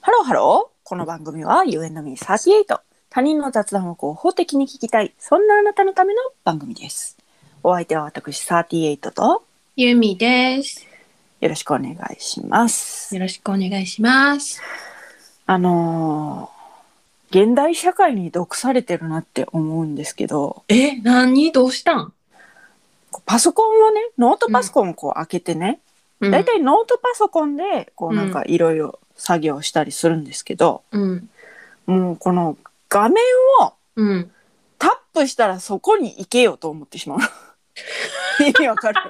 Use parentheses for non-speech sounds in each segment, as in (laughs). ハロー。この番組は You and me38。他人の雑談を合法的に聞きたい。そんなあなたのための番組です。お相手は私38とゆみです。よろしくお願いします。よろしくお願いします。あのー現代社会に毒されてるなって思うんですけど、え、何どうしたん？こうパソコンをね、ノートパソコンをこう開けてね、うんだいたいノートパソコンでこうなんかういろいろ作業したりするんですけど、うんもうこの画面をうん。タップしたらそこに行けよと思ってし (laughs) まう。意味わかる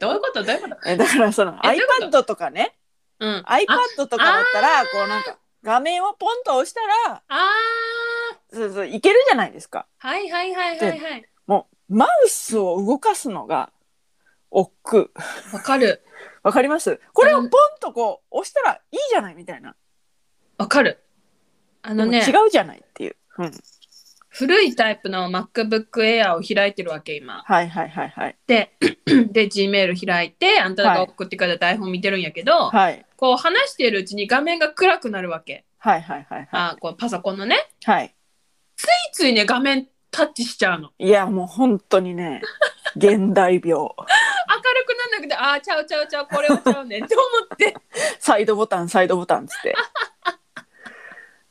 どういうことどういうこと？えだからそのえどういうこ iPad とかねうん。あ iPad とかだったらこうなんか画面をポンと押したらあそうそういけるじゃないですかーはいはいはいはいはい。もうマウスを動かすのが億劫わかるわかりますこれをポンとこう押したらいいじゃないみたいな、わかる。あでのもね違、うじゃないっていう、うん、古いタイプの MacBook Air を開いてるわけ今。はいはいはいはい (clears throat) で、で Gmail 開いて、あんたが送ってくれた台本見てるんやけど、はいこう話してるうちに画面が暗くなるわけ。はいはいはいはいあ、こうパソコンのね。はいついついね画面タッチしちゃうの。いやもう本当にね現代病明るくなんなくてああちゃうちゃうちゃうこれをちゃうねんって思ってサイドボタンサイドボタンっつ (laughs) って。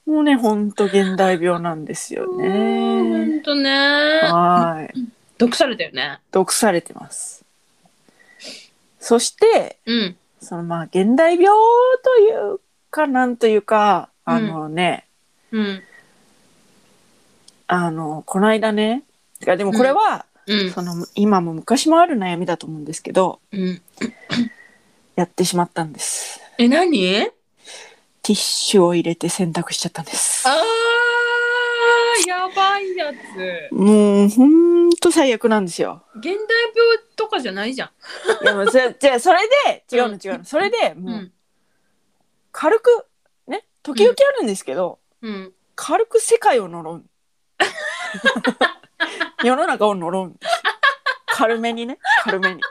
もうね、ほんと現代病なんですよほね。んとねはい。毒されたよね毒されてます。そして、うんそのまあ、現代病というか、なんというか、あのね、うんあの、この間ね、てかでもこれは、うんその、今も昔もある悩みだと思うんですけど、うんやってしまったんです。え何ティッシュを入れて洗濯しちゃったんです。あーやばいやつもう、ほんと最悪なんですよ。現代病とかじゃないじゃんいやもうそれじゃあそれで違うのうん違うのそれでうもうん軽くね時々あるんですけど、うん軽く世界を呪うん世の中を呪うんです軽めにね軽めに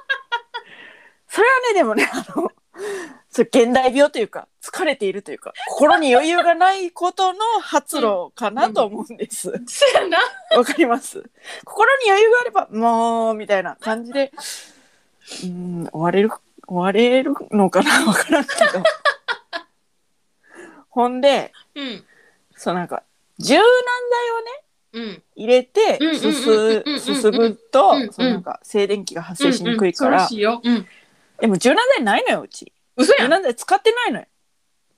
それはねでもねあのそう現代病というか疲れているというか心に余裕がないことの発露かなと思うんですわ、そやなかります心に余裕があればもうみたいな感じでうん終われる終われるのかな (laughs) わからんけどほんでうんそうなんか柔軟剤をねうん入れてうんうんすすうんうんうんうんすすぐうんうとんそのなんか静電気が発生しにくいから、うんうんそうしよううんでも柔軟剤ないのようち嘘や柔ん軟剤使ってないのよ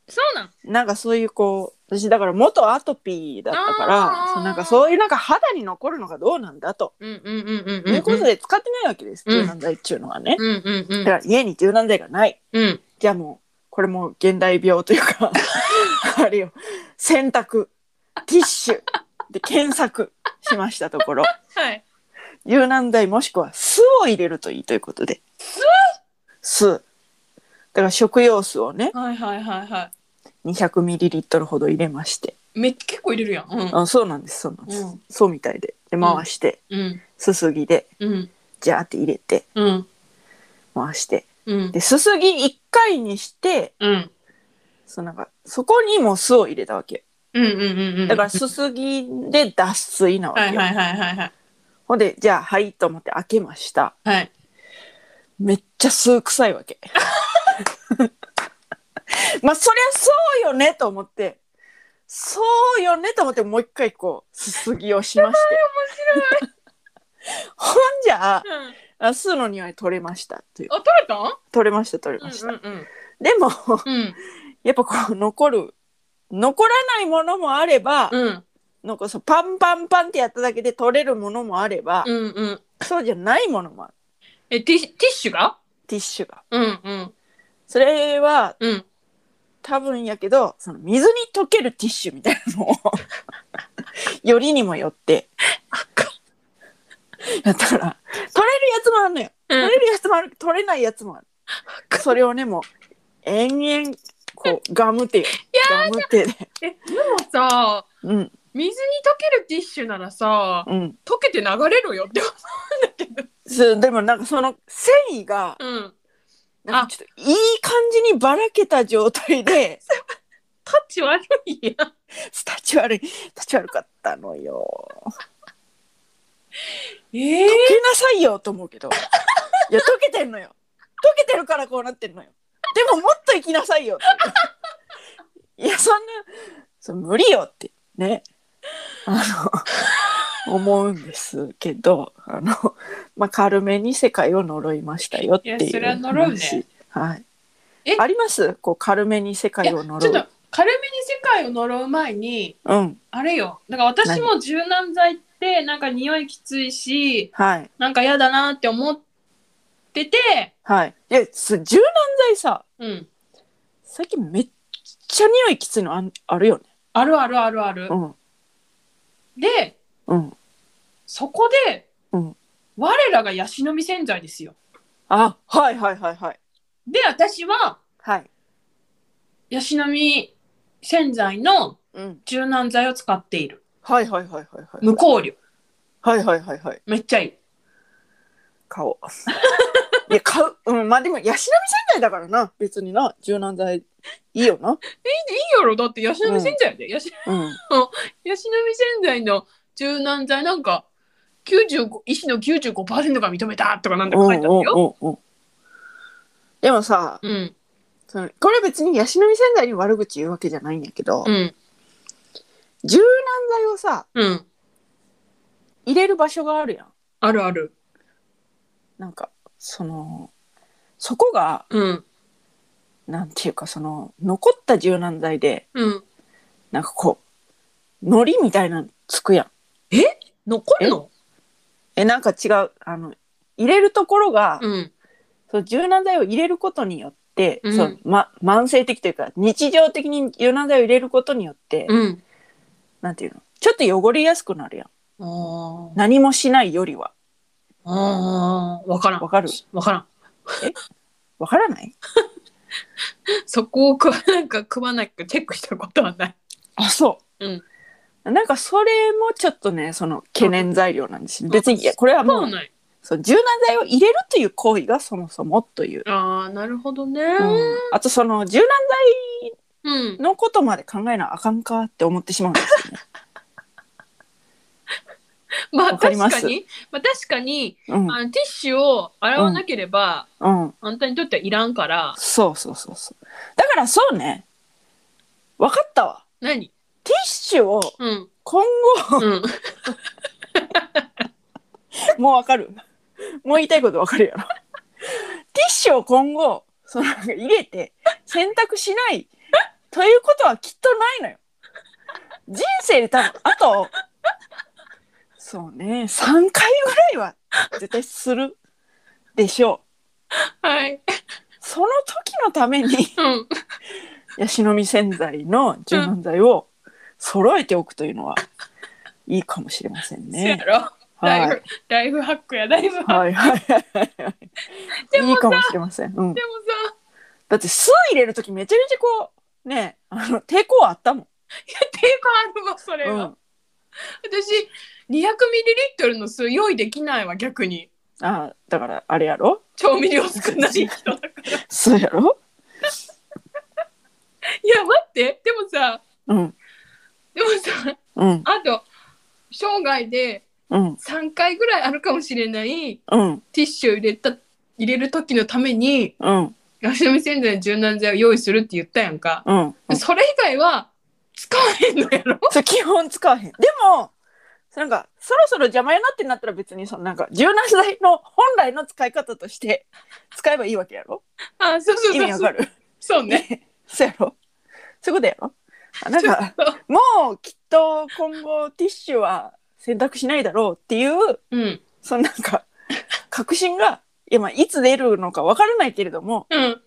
そうなんなんかそういうこう私だから元アトピーだったかあらーそうなんかそういうなんか肌に残るのがどうなんだと、うんうんうんうんいうことで使ってないわけです、うん柔軟剤っていうのはね、うんうんうんだから家に柔軟剤がないうんじゃあもう、これもう現代病という (laughs) か、あれよ、洗濯、ティッシュで検索しましたところ、はい柔軟剤もしくは酢を入れるといいということで。酢だから食用酢をね、はいはいはいは 200ml ほど入れまして。いめっ結構入れるやんうんあそうなんです、そうなんです。うんそうみたいで。で、回して、うんすすぎで、うんジャーって入れて、うん回して。うんで、すすぎ1回にして、うんそのなんか、そこにも酢を入れたわけ。うんうんうんうんだからすすぎで脱水なわけよ。はいはいはいはいはいほんでじゃあはいと思って開けましたはいめっちゃ酢臭いわけまあそりゃそうよねと思ってそうよねと思ってもう一回こうすすぎをしまして面白いほんじゃあうんあ酢の匂い取れましたというあ、取れたん取れました取れました、うんでもうん。やっぱこう残る残らないものもあれば、うん。なんかそうパンパンパンってやっただけで取れるものもあれば、うんうん。そうじゃないものもあるえ、ティッシュティッシュがティッシュが。うんうん。それはうん。多分やけどその水に溶けるティッシュみたいなのを (laughs) よりにもよってだから取れるやつもあるのよう取んれるやつもある取れないやつもあるそれをねもう延々こうガム手よガム手でえ、でもさ、うん水に溶けるティッシュならさ、うん溶けて流れるよって思うんだけど。そうでもなんかその繊維がうん。 (laughs) なんかちょっといい感じにばらけた状態でタッチ悪いやん。タチ悪いタチ悪かったのよえ溶けなさいよと思うけどいや溶けてんのよ溶けてるからこうなってんのよでももっと生きなさいよ (laughs) っていやそんなそう無理よってねあの思うんですけどあの、まあ、軽めに世界を呪いましたよっていういやそれは呪うね話はいえありますこう軽めに世界をち呪ょっうと軽めに世界を呪う前に、うんあれよ。だから私も柔軟剤ってなんか匂いきついし、はいなんか嫌だなって思ってて、はいいやす柔軟剤さうん。最近めっちゃ匂いきついのあんあるよね。あるあるあるあるう。んで、うん。そこで、うん我らがヤシの実洗剤ですよ。あはいはいはいはいで、私ははい。ヤシの実洗剤のうん柔軟剤を使っている。はいはいはいはいはい。無香料。はいはいはいはい。めっちゃいい。 (laughs) 顔。いや買ううんまあでもヤシの実洗剤だからな別にな柔軟剤いいよな。いいやろだってヤシの実洗剤やで。ヤシうん。ヤシの実洗剤の柔軟剤なんか95医師の95%が認めたとかなんだか書いてあるよ。うんうんうんうんでもさうんそのこれ別にヤシの実洗剤に悪口言うわけじゃないんやけど、うん柔軟剤をさうん入れる場所があるやん。あるある。なんかそのそこがうんなんていうかその残った柔軟剤でうん。なんかこう糊みたいなのつくやん残るの？えなんか違うあの入れるところが、うんその柔軟剤を入れることによって、うんそのま、慢性的というか日常的に柔軟剤を入れることによって、うん。なんていうのちょっと汚れやすくなるやんあー何もしないよりはあーわからんわかるわからん。わからないそこをく (laughs) なんかくまなくチェックしたことはない。あそう、うんなんかそれもちょっとねその懸念材料なんですよ別にいやこれはもそううない。そう柔軟剤を入れるという行為がそもそもというああなるほどね。うんあとその柔軟うん剤のことまで考えなあかんかって思ってしまうんですよね。まあわかりま確すかにまあ確かにうんあのティッシュを洗わなければ、うん、あんたにとってはいらんからそうそうそうそう。だからそうね、わかったわ。何？ティッシュをうん今後、うん。もうわかる。もう言いたいことわかるやろ。ティッシュを今後、そのなんか入れて洗濯しないということはきっとないのよ。人生で多分、あと、そうね、3回ぐらいは絶対するでしょう。 (laughs) はい。その時のためにうん。ヤシの実洗剤の柔軟剤を揃えておくというのはいいかもしれませんせやね。ろ。ライはフい、、ライフハックや、ライフハック。はい、はいでいいもかさ、もしれません。うんで、もさ、だって酢入れる時めちゃめちゃこうねあの抵抗あったもん。抵抗あるわ、それうは。ん、私、200ミリリットルの酢用意できないわ、逆に。あだからあれやろ調味料少ない人 (laughs) だから。い酢やろや、待って。でもさ、うんでもさ、うんあと、生涯でうん3回ぐらいあるかもしれないうんティッシュを入れた、入れる時のために、うんガシミ洗剤の柔軟剤を用意するって言ったやんか。うん。それ以外は、使わへんのや (laughs) ろそれ基本使わへん。でも、なんか、そろそろ邪魔やなってなったら別に、そのなんか、柔軟剤の本来の使い方として使えばいいわけやろあ、そうそう意そう味そわう。かるそうね。そうやろそういうことやろあなん (laughs) か、ちょっともうきっと今後ティッシュは選択しないだろうっていう、うん。そのなん (laughs) か、確信が、いやまあいつ出るのかわからないけれども、うん。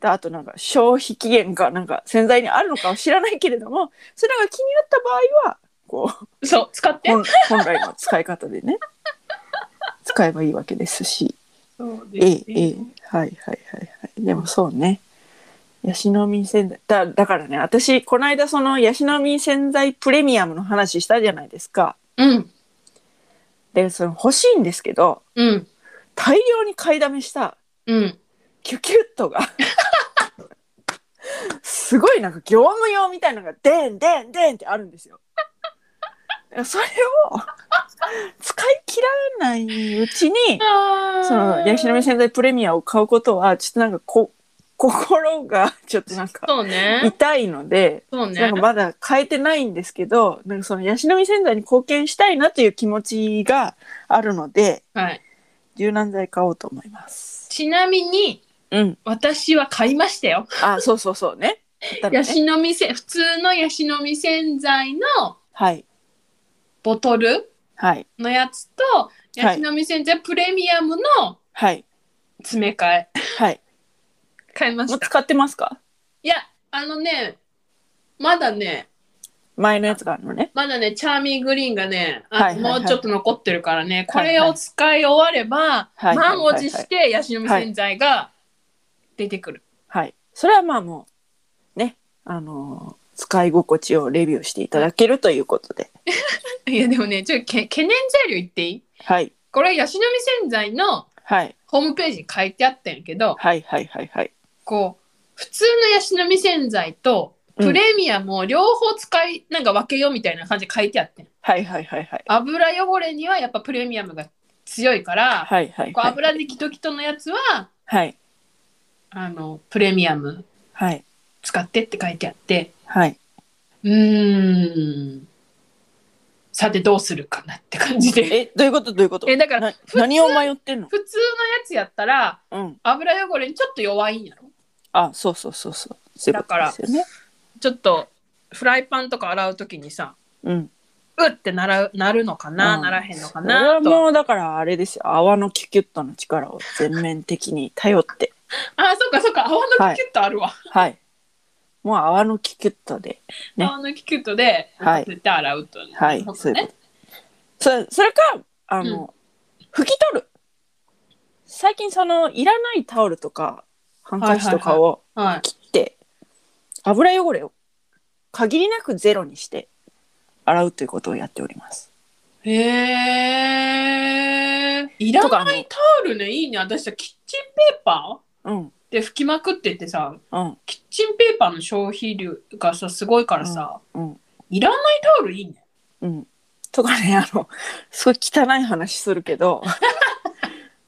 であとなんか消費期限がなんか潜在にあるのかは知らないけれども、それが気になった場合は、こう、そう、使って。本本来の使い方でね (laughs) 使えばいいわけですしそうええええはいはいはいはいでもそうねヤシの実洗剤だだからね私この間そのヤシの実洗剤プレミアムの話したじゃないですかうん。でその欲しいんですけどうん。大量に買いだめしたうん。キュキュットがすすごいなんか業務用みたいなのがでんでんでんってあるんですよ。それを使い切らないうちにそのヤシの実洗剤プレミアを買うことはちょっとなんかこ心がちょっとなんかそうね。痛いので。そうなねんか。まだ変えてないんですけど、なんかそのヤシの実洗剤に貢献したいなという気持ちがあるので、はい。柔軟剤買おうと思います。ちなみに、うん。私は買いましたよ。あ、そうそうそうね。だからヤねシの実せ、普通のヤシの実洗剤のはい。ボトルはい。のやつと、いヤシの実洗剤プレミアムのはい。詰め替え。はい。買い (laughs) まもしうた。使ってますかいや、あのね、まだね、前のやつがあるのね。まだね、チャーミーグリーンがね、あはいはいはいもうちょっと残ってるからね、こはいはいれを使い終われば、はいはいはいはい満を持してヤシの実洗剤が出てくる。はい。それはまあもう、ね。あのー使い心地をレビューしていただけるということで。い、や、でもね、ちょっとけ懸念材料言っていいはい。これ、ヤシの実洗剤のはい。ホームページに書いてあったんやけど、はいはいはいはい。こう、普通のヤシの実洗剤と、うんプレミアムを両方使い、なんか分けようみたいな感じで書いてあってん。はいはいはいはい。油汚れにはやっぱプレミアムが強いから、はいはいこうはい。油でキトキトのやつははい。あのプレミアムはい。使ってって書いてあってはい。うーんさてどうするかなって感じでえ、どういうことどういうことえだからな普通何を迷ってんの普通のやつやったらうん。油汚れにちょっと弱いんやろあ、そうそうそうそう。そういうことですよね。ちょっとフライパンとか洗う時にさうん。うってならなるのかな、うんならへんのかそれはなともうだからあれですよ。泡のキュキュットの力を全面的に頼って。あそっかそっか泡のキュッとあるわ、はい。もう泡のキュキュットで。ね泡のキュッとで、はい絶対洗うとねはいほん。とそういうねこと。そそれか、あの、拭き取る。最近その、いらないタオルとか、ハンカチとかをはい切って、油汚れを限りなくゼロにして、洗うということをやっております。へえ。いらとかあなのいタオルね、いいね。私さ、キッチンペーパうん。ーで拭きまくっててさ、うん。キッチンペーパーの消費量がさ、すごいからさ、うん。いらないタオルいいね。うん。とかね、あの、すごい汚い話するけど、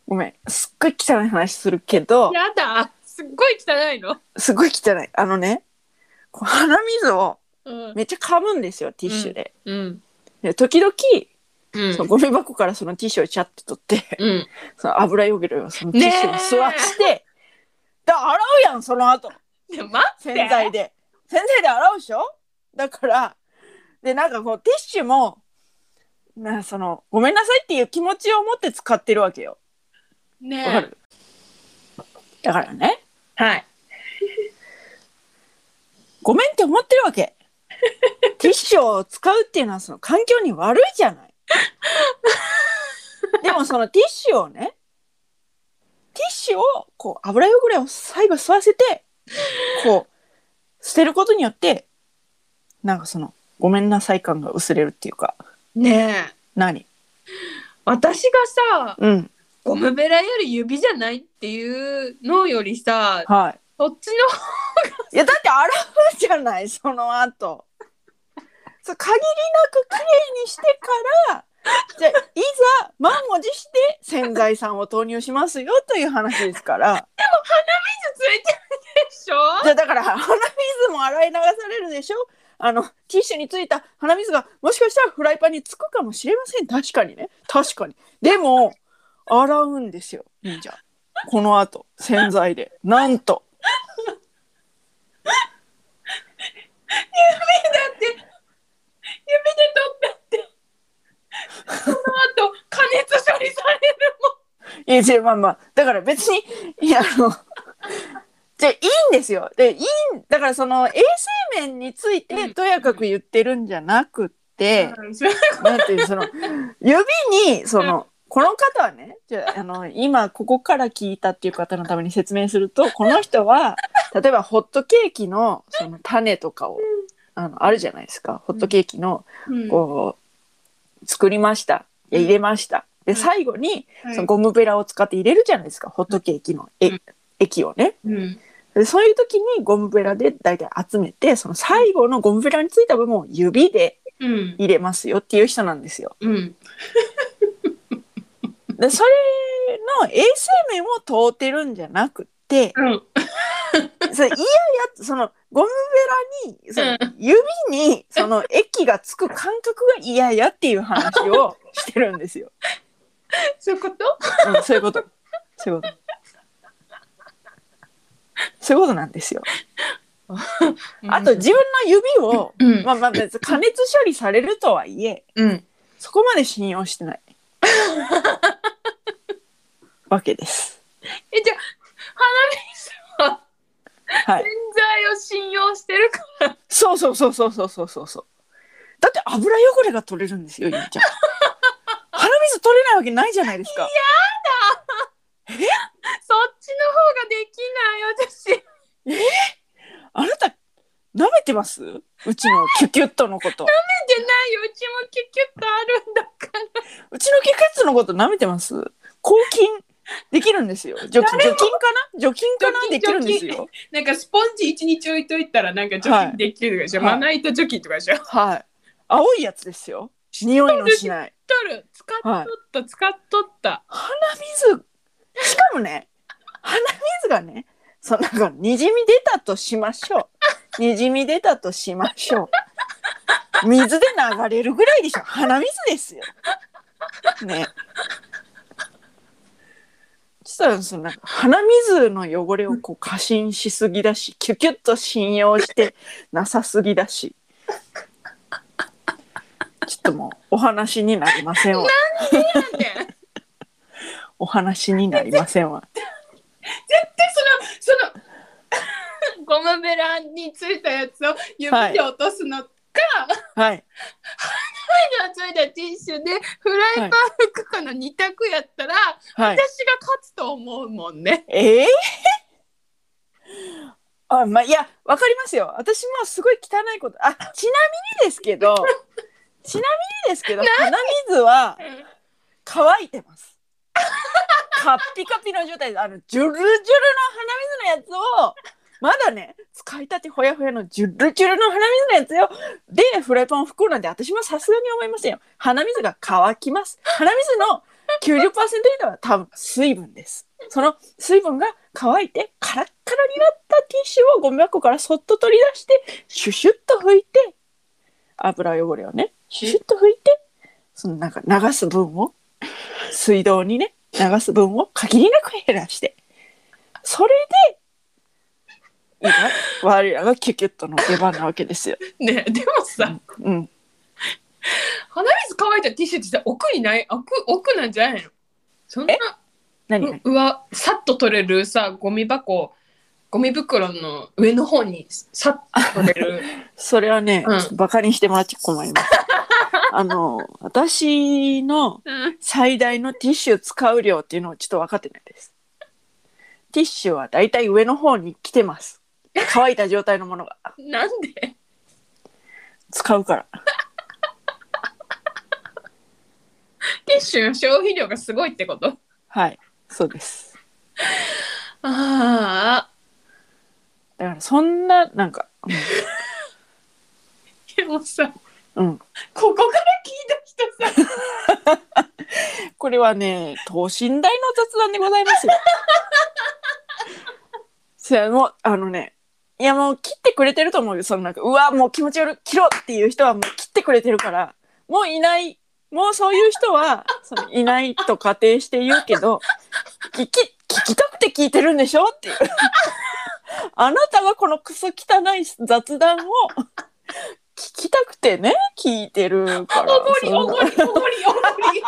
ごめん、すっごい汚い話するけど、やだ。すっごい汚いの。すごい汚い。あのね、こう鼻水をうん。めっちゃ噛むんですよ、ティッシュで。うん。で、時々、うんそのゴミ箱からそのティッシュをちゃって取って、うん。その油汚れをそのティッシュに吸わして、で、洗うやん、その後。で待って。洗剤で。洗剤で洗うでしょだから、で、なんかこう、ティッシュも、なその、ごめんなさいっていう気持ちを持って使ってるわけよ。わかねるだからね、え。はい。ごめんって思ってるわ (laughs) け。ティッシュを使うっていうのはその環境に悪いじゃ (laughs) ない。でもそのティッシュをね、ティッシュをこう油汚れを最後吸わせて、こう捨てることによって、なんかそのごめんなさい感が薄れるっていうか、ねえ。何私がさ、うん。ゴムベラより指じゃないっていうのよりさ、はそっちのい。いやだって洗うじゃない、その後。そう限りなく綺麗にしてから、じゃあいざ満を持して洗剤さんを投入しますよという話ですから。ついてるでしょじゃあだから鼻水も洗い流されるでしょあのティッシュについた鼻水がもしかしたらフライパンにつくかもしれません確かにね確かにでも洗うんですよ忍者この後洗剤でなんとだって指で取ったってその後加熱処理されるいや違うまあまあだから別にいやあの (laughs) じゃあいいんですよでいいんだからその衛生面についてとやかく言ってるんじゃなくって、もん、なんていうその指にそのこの方はねじゃああの今ここから聞いたっていう方のために説明するとこの人 (laughs) は例えばホットケーキのその種とかをあのあるじゃないですかホットケーキのうんこう作りましたいや入れましたでうん最後にはいそのゴムベラを使って入れるじゃないですかホットケーキのえうん液をね。うんでそういう時にゴムベラで大体集めてその最後のゴムベラについた部分を指でうん入れますよっていう人なんですよ。うんでそれの衛生面を問うてるんじゃなく (laughs) てうんそれいやいやそのゴムベラにその指にその液がつく感覚が嫌やっていう話をしてるんですよ。そういうことうん、そういうこと。そういうこと。そういうことなんですよ。あと自分の指を、うんまあまあ別に加熱処理されるとはいえ、うんそこまで信用して (laughs) ない。わけです。えじゃあ花見さんははい洗。剤を信用してるかそうそうそうそうそうそうそうそう。だって油汚れが取れるんですよ、ゆい (laughs) ちゃん。鼻水取れないわけないじゃないですか。らそっちの方ができない私あなた、舐めてますうちのキュキュットのこと。じゃないようちもキュキュッとあるんだからうちのキュキュットのこと舐めてます抗菌できるんですよ。除菌除菌かな除菌かな除菌できるんですよ。なんかスポンジ一日置いといたらなんか除はい菌できるでしょ、はいまな板除菌とかでしょはい。青いやつですよ。匂いのしない。取る使っとった、使っとった鼻水、しかもね、鼻水がね、そのなんか、にじみ出たとしましょう。にじみ出たとしましょう。水で流れるぐらいでしょ。鼻水ですよ。ね。そしたらそのなんか鼻水の汚れをこう過信しすぎだしキュキュッと信用してなさすぎだしちょっともうお話になりませんわなんでお話になりませんわでそのその (laughs) ゴムベラについたやつを指で落とすのか、はい手についたティッシュでフライパン拭くかの2択やったら、はい私が勝つと思うもんね。 (laughs) ええ (laughs) あまあいやわかりますよ私もすごい汚いことあちなみにですけ (laughs) どちなみにですけど鼻水は乾いてますカッピカピの状態であのジュルジュルの鼻水のやつをまだね使いたてほやほやのジュルジュルの鼻水のやつよでフライパンを拭くなんて私もさすがに思いませんよ鼻水が乾きます鼻水の90%以上は多分水分ですその水分が乾いてカラッカラになったティッシュをゴミ箱からそっと取り出してシュシュッと拭いて油汚れをねシュシュッと拭いてそのなんか流す分を水道にね流す分を限りなく減らしてそれで今我らがキュキュッとの出番なわけですよ。ねでもさうん、鼻水乾いたティッシュってさ奥にない奥奥なんじゃないのそんな何ううわさっと取れるさゴミ箱ゴミ袋の上の方にさっと取れ (laughs) るそれはね、うんちょっとバカにしてもらって困ります。 (laughs) あの私のうん最大のティッシュ使う量っていうのをちょっと分かってないです。ティッシュはだいたい上の方に来てます。乾いた状態のものがなんで使うから。ティッシュの消費量がすごいってことはい、そうです。ああだからそんななんか、でもさうん、うんここから聞いた人さこれはね、等身大の雑談でございますよ。 (laughs) そやもうあのね、いやもう切ってくれてると思うよ。そのなんかうわもう気持ち悪い切ろうっていう人はもう切ってくれてるから、もういない。もうそういう人は (laughs) そのいないと仮定して言うけど、聞き聞きたくて聞いてるんでしょっていう。 (laughs) あなたはこのクソ汚い雑談を聞きたくてね聞いてるから。 (laughs) おごりそんなおごりおごりおごりい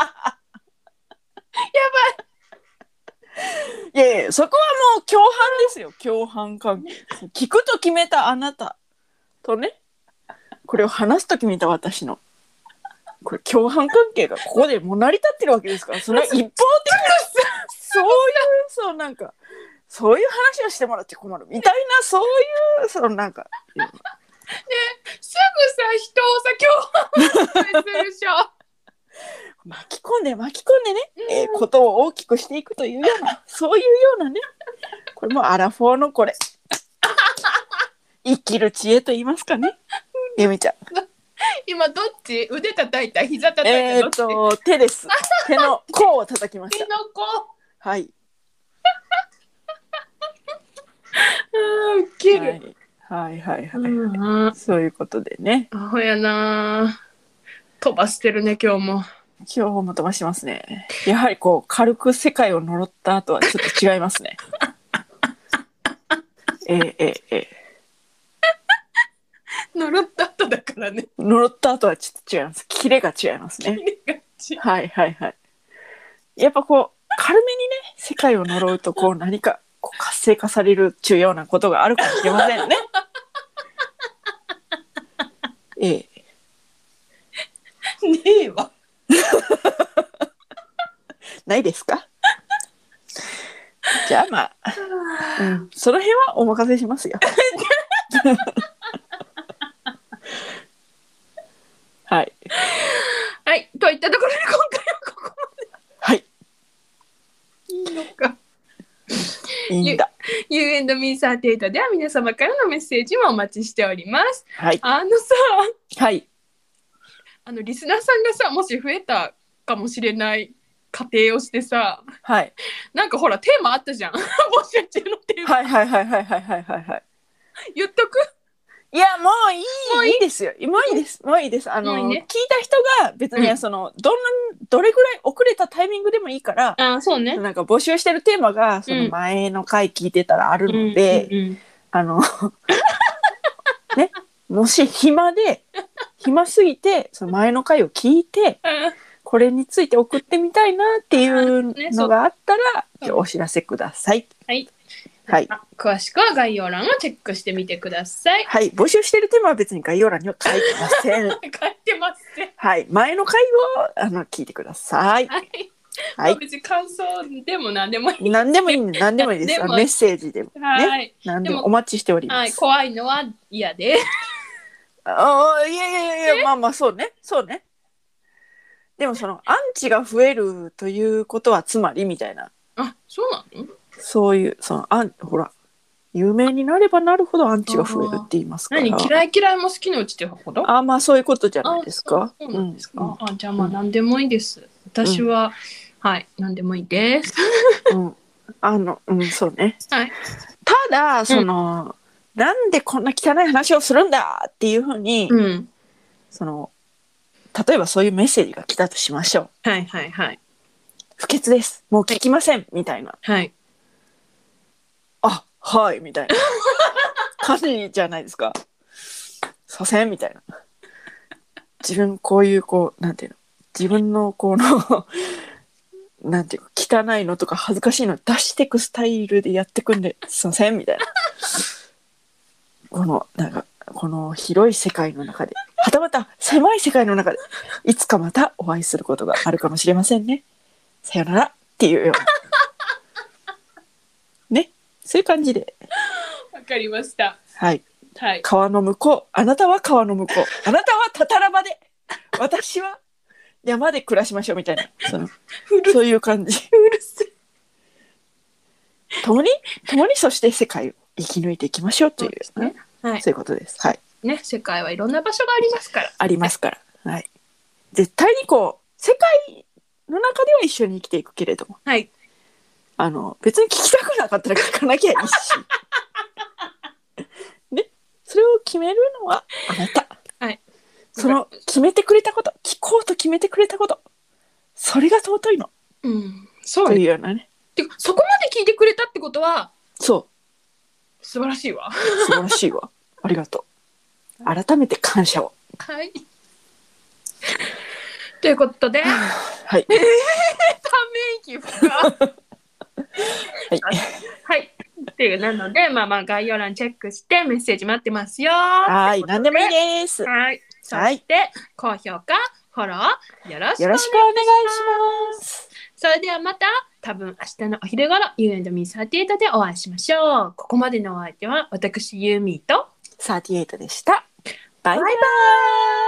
やいやそこはもう共犯ですよ共犯関係聞くと決めたあなたとねこれを話すと決めた私のこれ共犯関係がここでもう成り立ってるわけですからその一方的なそういうそうなんかそういう話をしてもらって困るみたいなそういうそのなんかすぐさ人をさ今日するでしょ巻き込んで巻き込んでね、えーことを大きくしていくというようなそういうようなねこれもアラフォーのこれ生きる知恵と言いますかね。ゆみちゃん。今どっち腕叩いた膝叩いえたーどっっち、と、手です。手の甲を叩きまし手た。の子はい。うんウケはいる、、はい、はい、うはい。んうんそういうことでね。アホやな飛ばしてるね今日も今日も飛ばしますね。やはりこう、軽く世界を呪った後はちょっと違いますね。えー、えー、え呪った後だからねー、呪った後はちょっと違います。キレが違いますね。見がちはいはいはい。やっぱこう軽めにね世界を呪うとこう何かこう活性化される重要なことがあるかもしれませんね。ええ、ねえわないですかじゃあまあ、うん、その辺はお任せしますよ。はいはいといったところで今回はここはいいいのかいいんだ。 You and me38 では皆様からのメッセージもお待ちしておりますはいあのさはいあのリスナーさんがさもし増えたかもしれない過程をしてさはいなんかほらテーマあったじゃん (laughs) 募集中のテーマ、はいはいはいはいはいはいはいはい。言っとくいやもういいいいですよもういいですもういいですあのもう聞いいいねた人が別うにんその、どんなどれぐらい遅れたタイミングでもいいから、あそうねなんか募集してるテーマがその前の回聞いてたらあるので、あのねもし暇で暇すぎてその前の回を聞いてこれについて送ってみたいなっていうねそのうがあったら、うんじゃあお知らせください。はいはい、あ詳しくは概要欄をチェックしてみてください。はい、募集してるテーマは別に概要欄には書いてません。書いてません。はい、前の回をあの聞いてください。はい。ははい、い、別に感想でも何でもいい。何でもいいんで、何でもい (laughs) いです。あ何でものメッセージでも、はい、何ででももお待ちしておりまはい。す。怖いのは嫌です。ああ、いやいやいやいや、まあまあ、そうね、そうね。でも、そのアンチが増えるということは、つまりみたいな。あ、そうなのそういう、その、あん、ほら。有名になればなるほどアンチが増えるって言いますから。何嫌い嫌いも好きのうちってことああ、まあ、そういうことじゃないですか。そうなんですか。うんあ、じゃあまあ何でもいいです。私は、はい、何でもいいです。うん、あの、うん、そうね。はいただ、その、なんでこんな汚い話をするんだっていうふうに、うん。その、例えばそういうメッセージが来たとしましょう。はいはいはい。不潔です。もう聞きません。みたいな。はい。あ、はい。みたいな。感じじゃないですか。左遷みたいな。自分、こういう、こう、なんていうの。自分の、この、 (laughs) なんていうか、汚いのとか恥ずかしいの出してくスタイルでやってくんで、すいません。みたいな。この、なんか、この広い世界の中で、はたまた狭い世界の中で、いつかまたお会いすることがあるかもしれませんね。さよならっていうような。ね。そういう感じで。わかりました。はい。はい。川の向こう。あなたは川の向こう。あなたはたたら場で。私は山で暮らしましょうみたいな。そのうるそういう感じ。うるせ共に、共にそして世界を生き抜いていきましょうという、そうですねはいそういうことです。はい。ね、世界はいろんな場所がありますから。ありますから。はい。絶対にこう、世界の中では一緒に生きていくけれども、はい。あの、別に聞きたくなかったら聞かなきゃいいし。 (laughs) ね。それを決めるのはあなた。はい。その決めてくれたこと、聞こうと決めてくれたこと、それが尊いの。うん。そとういうね。ようなね。てか、そこまで聞いてくれたってことは、そ素晴らしいわ。う。素晴らしいわ。 (laughs) ありがとう。改めて感 (laughs) 謝を。はい。ということで、ためはい。息が。はい。はい。っていうなので、まあまあ概要欄チェックしてメッセージ待ってますよ。はい。何でもいいです。よはい。そはいして、高評価、フォロー、よろしくお願ろいししくお願います。します。それではまた、多分明日のお昼頃、You and Me38 でお会いしましょう。ここまでのお相手は、私、ユーミーと、 38でした。バイバイ。バイバイ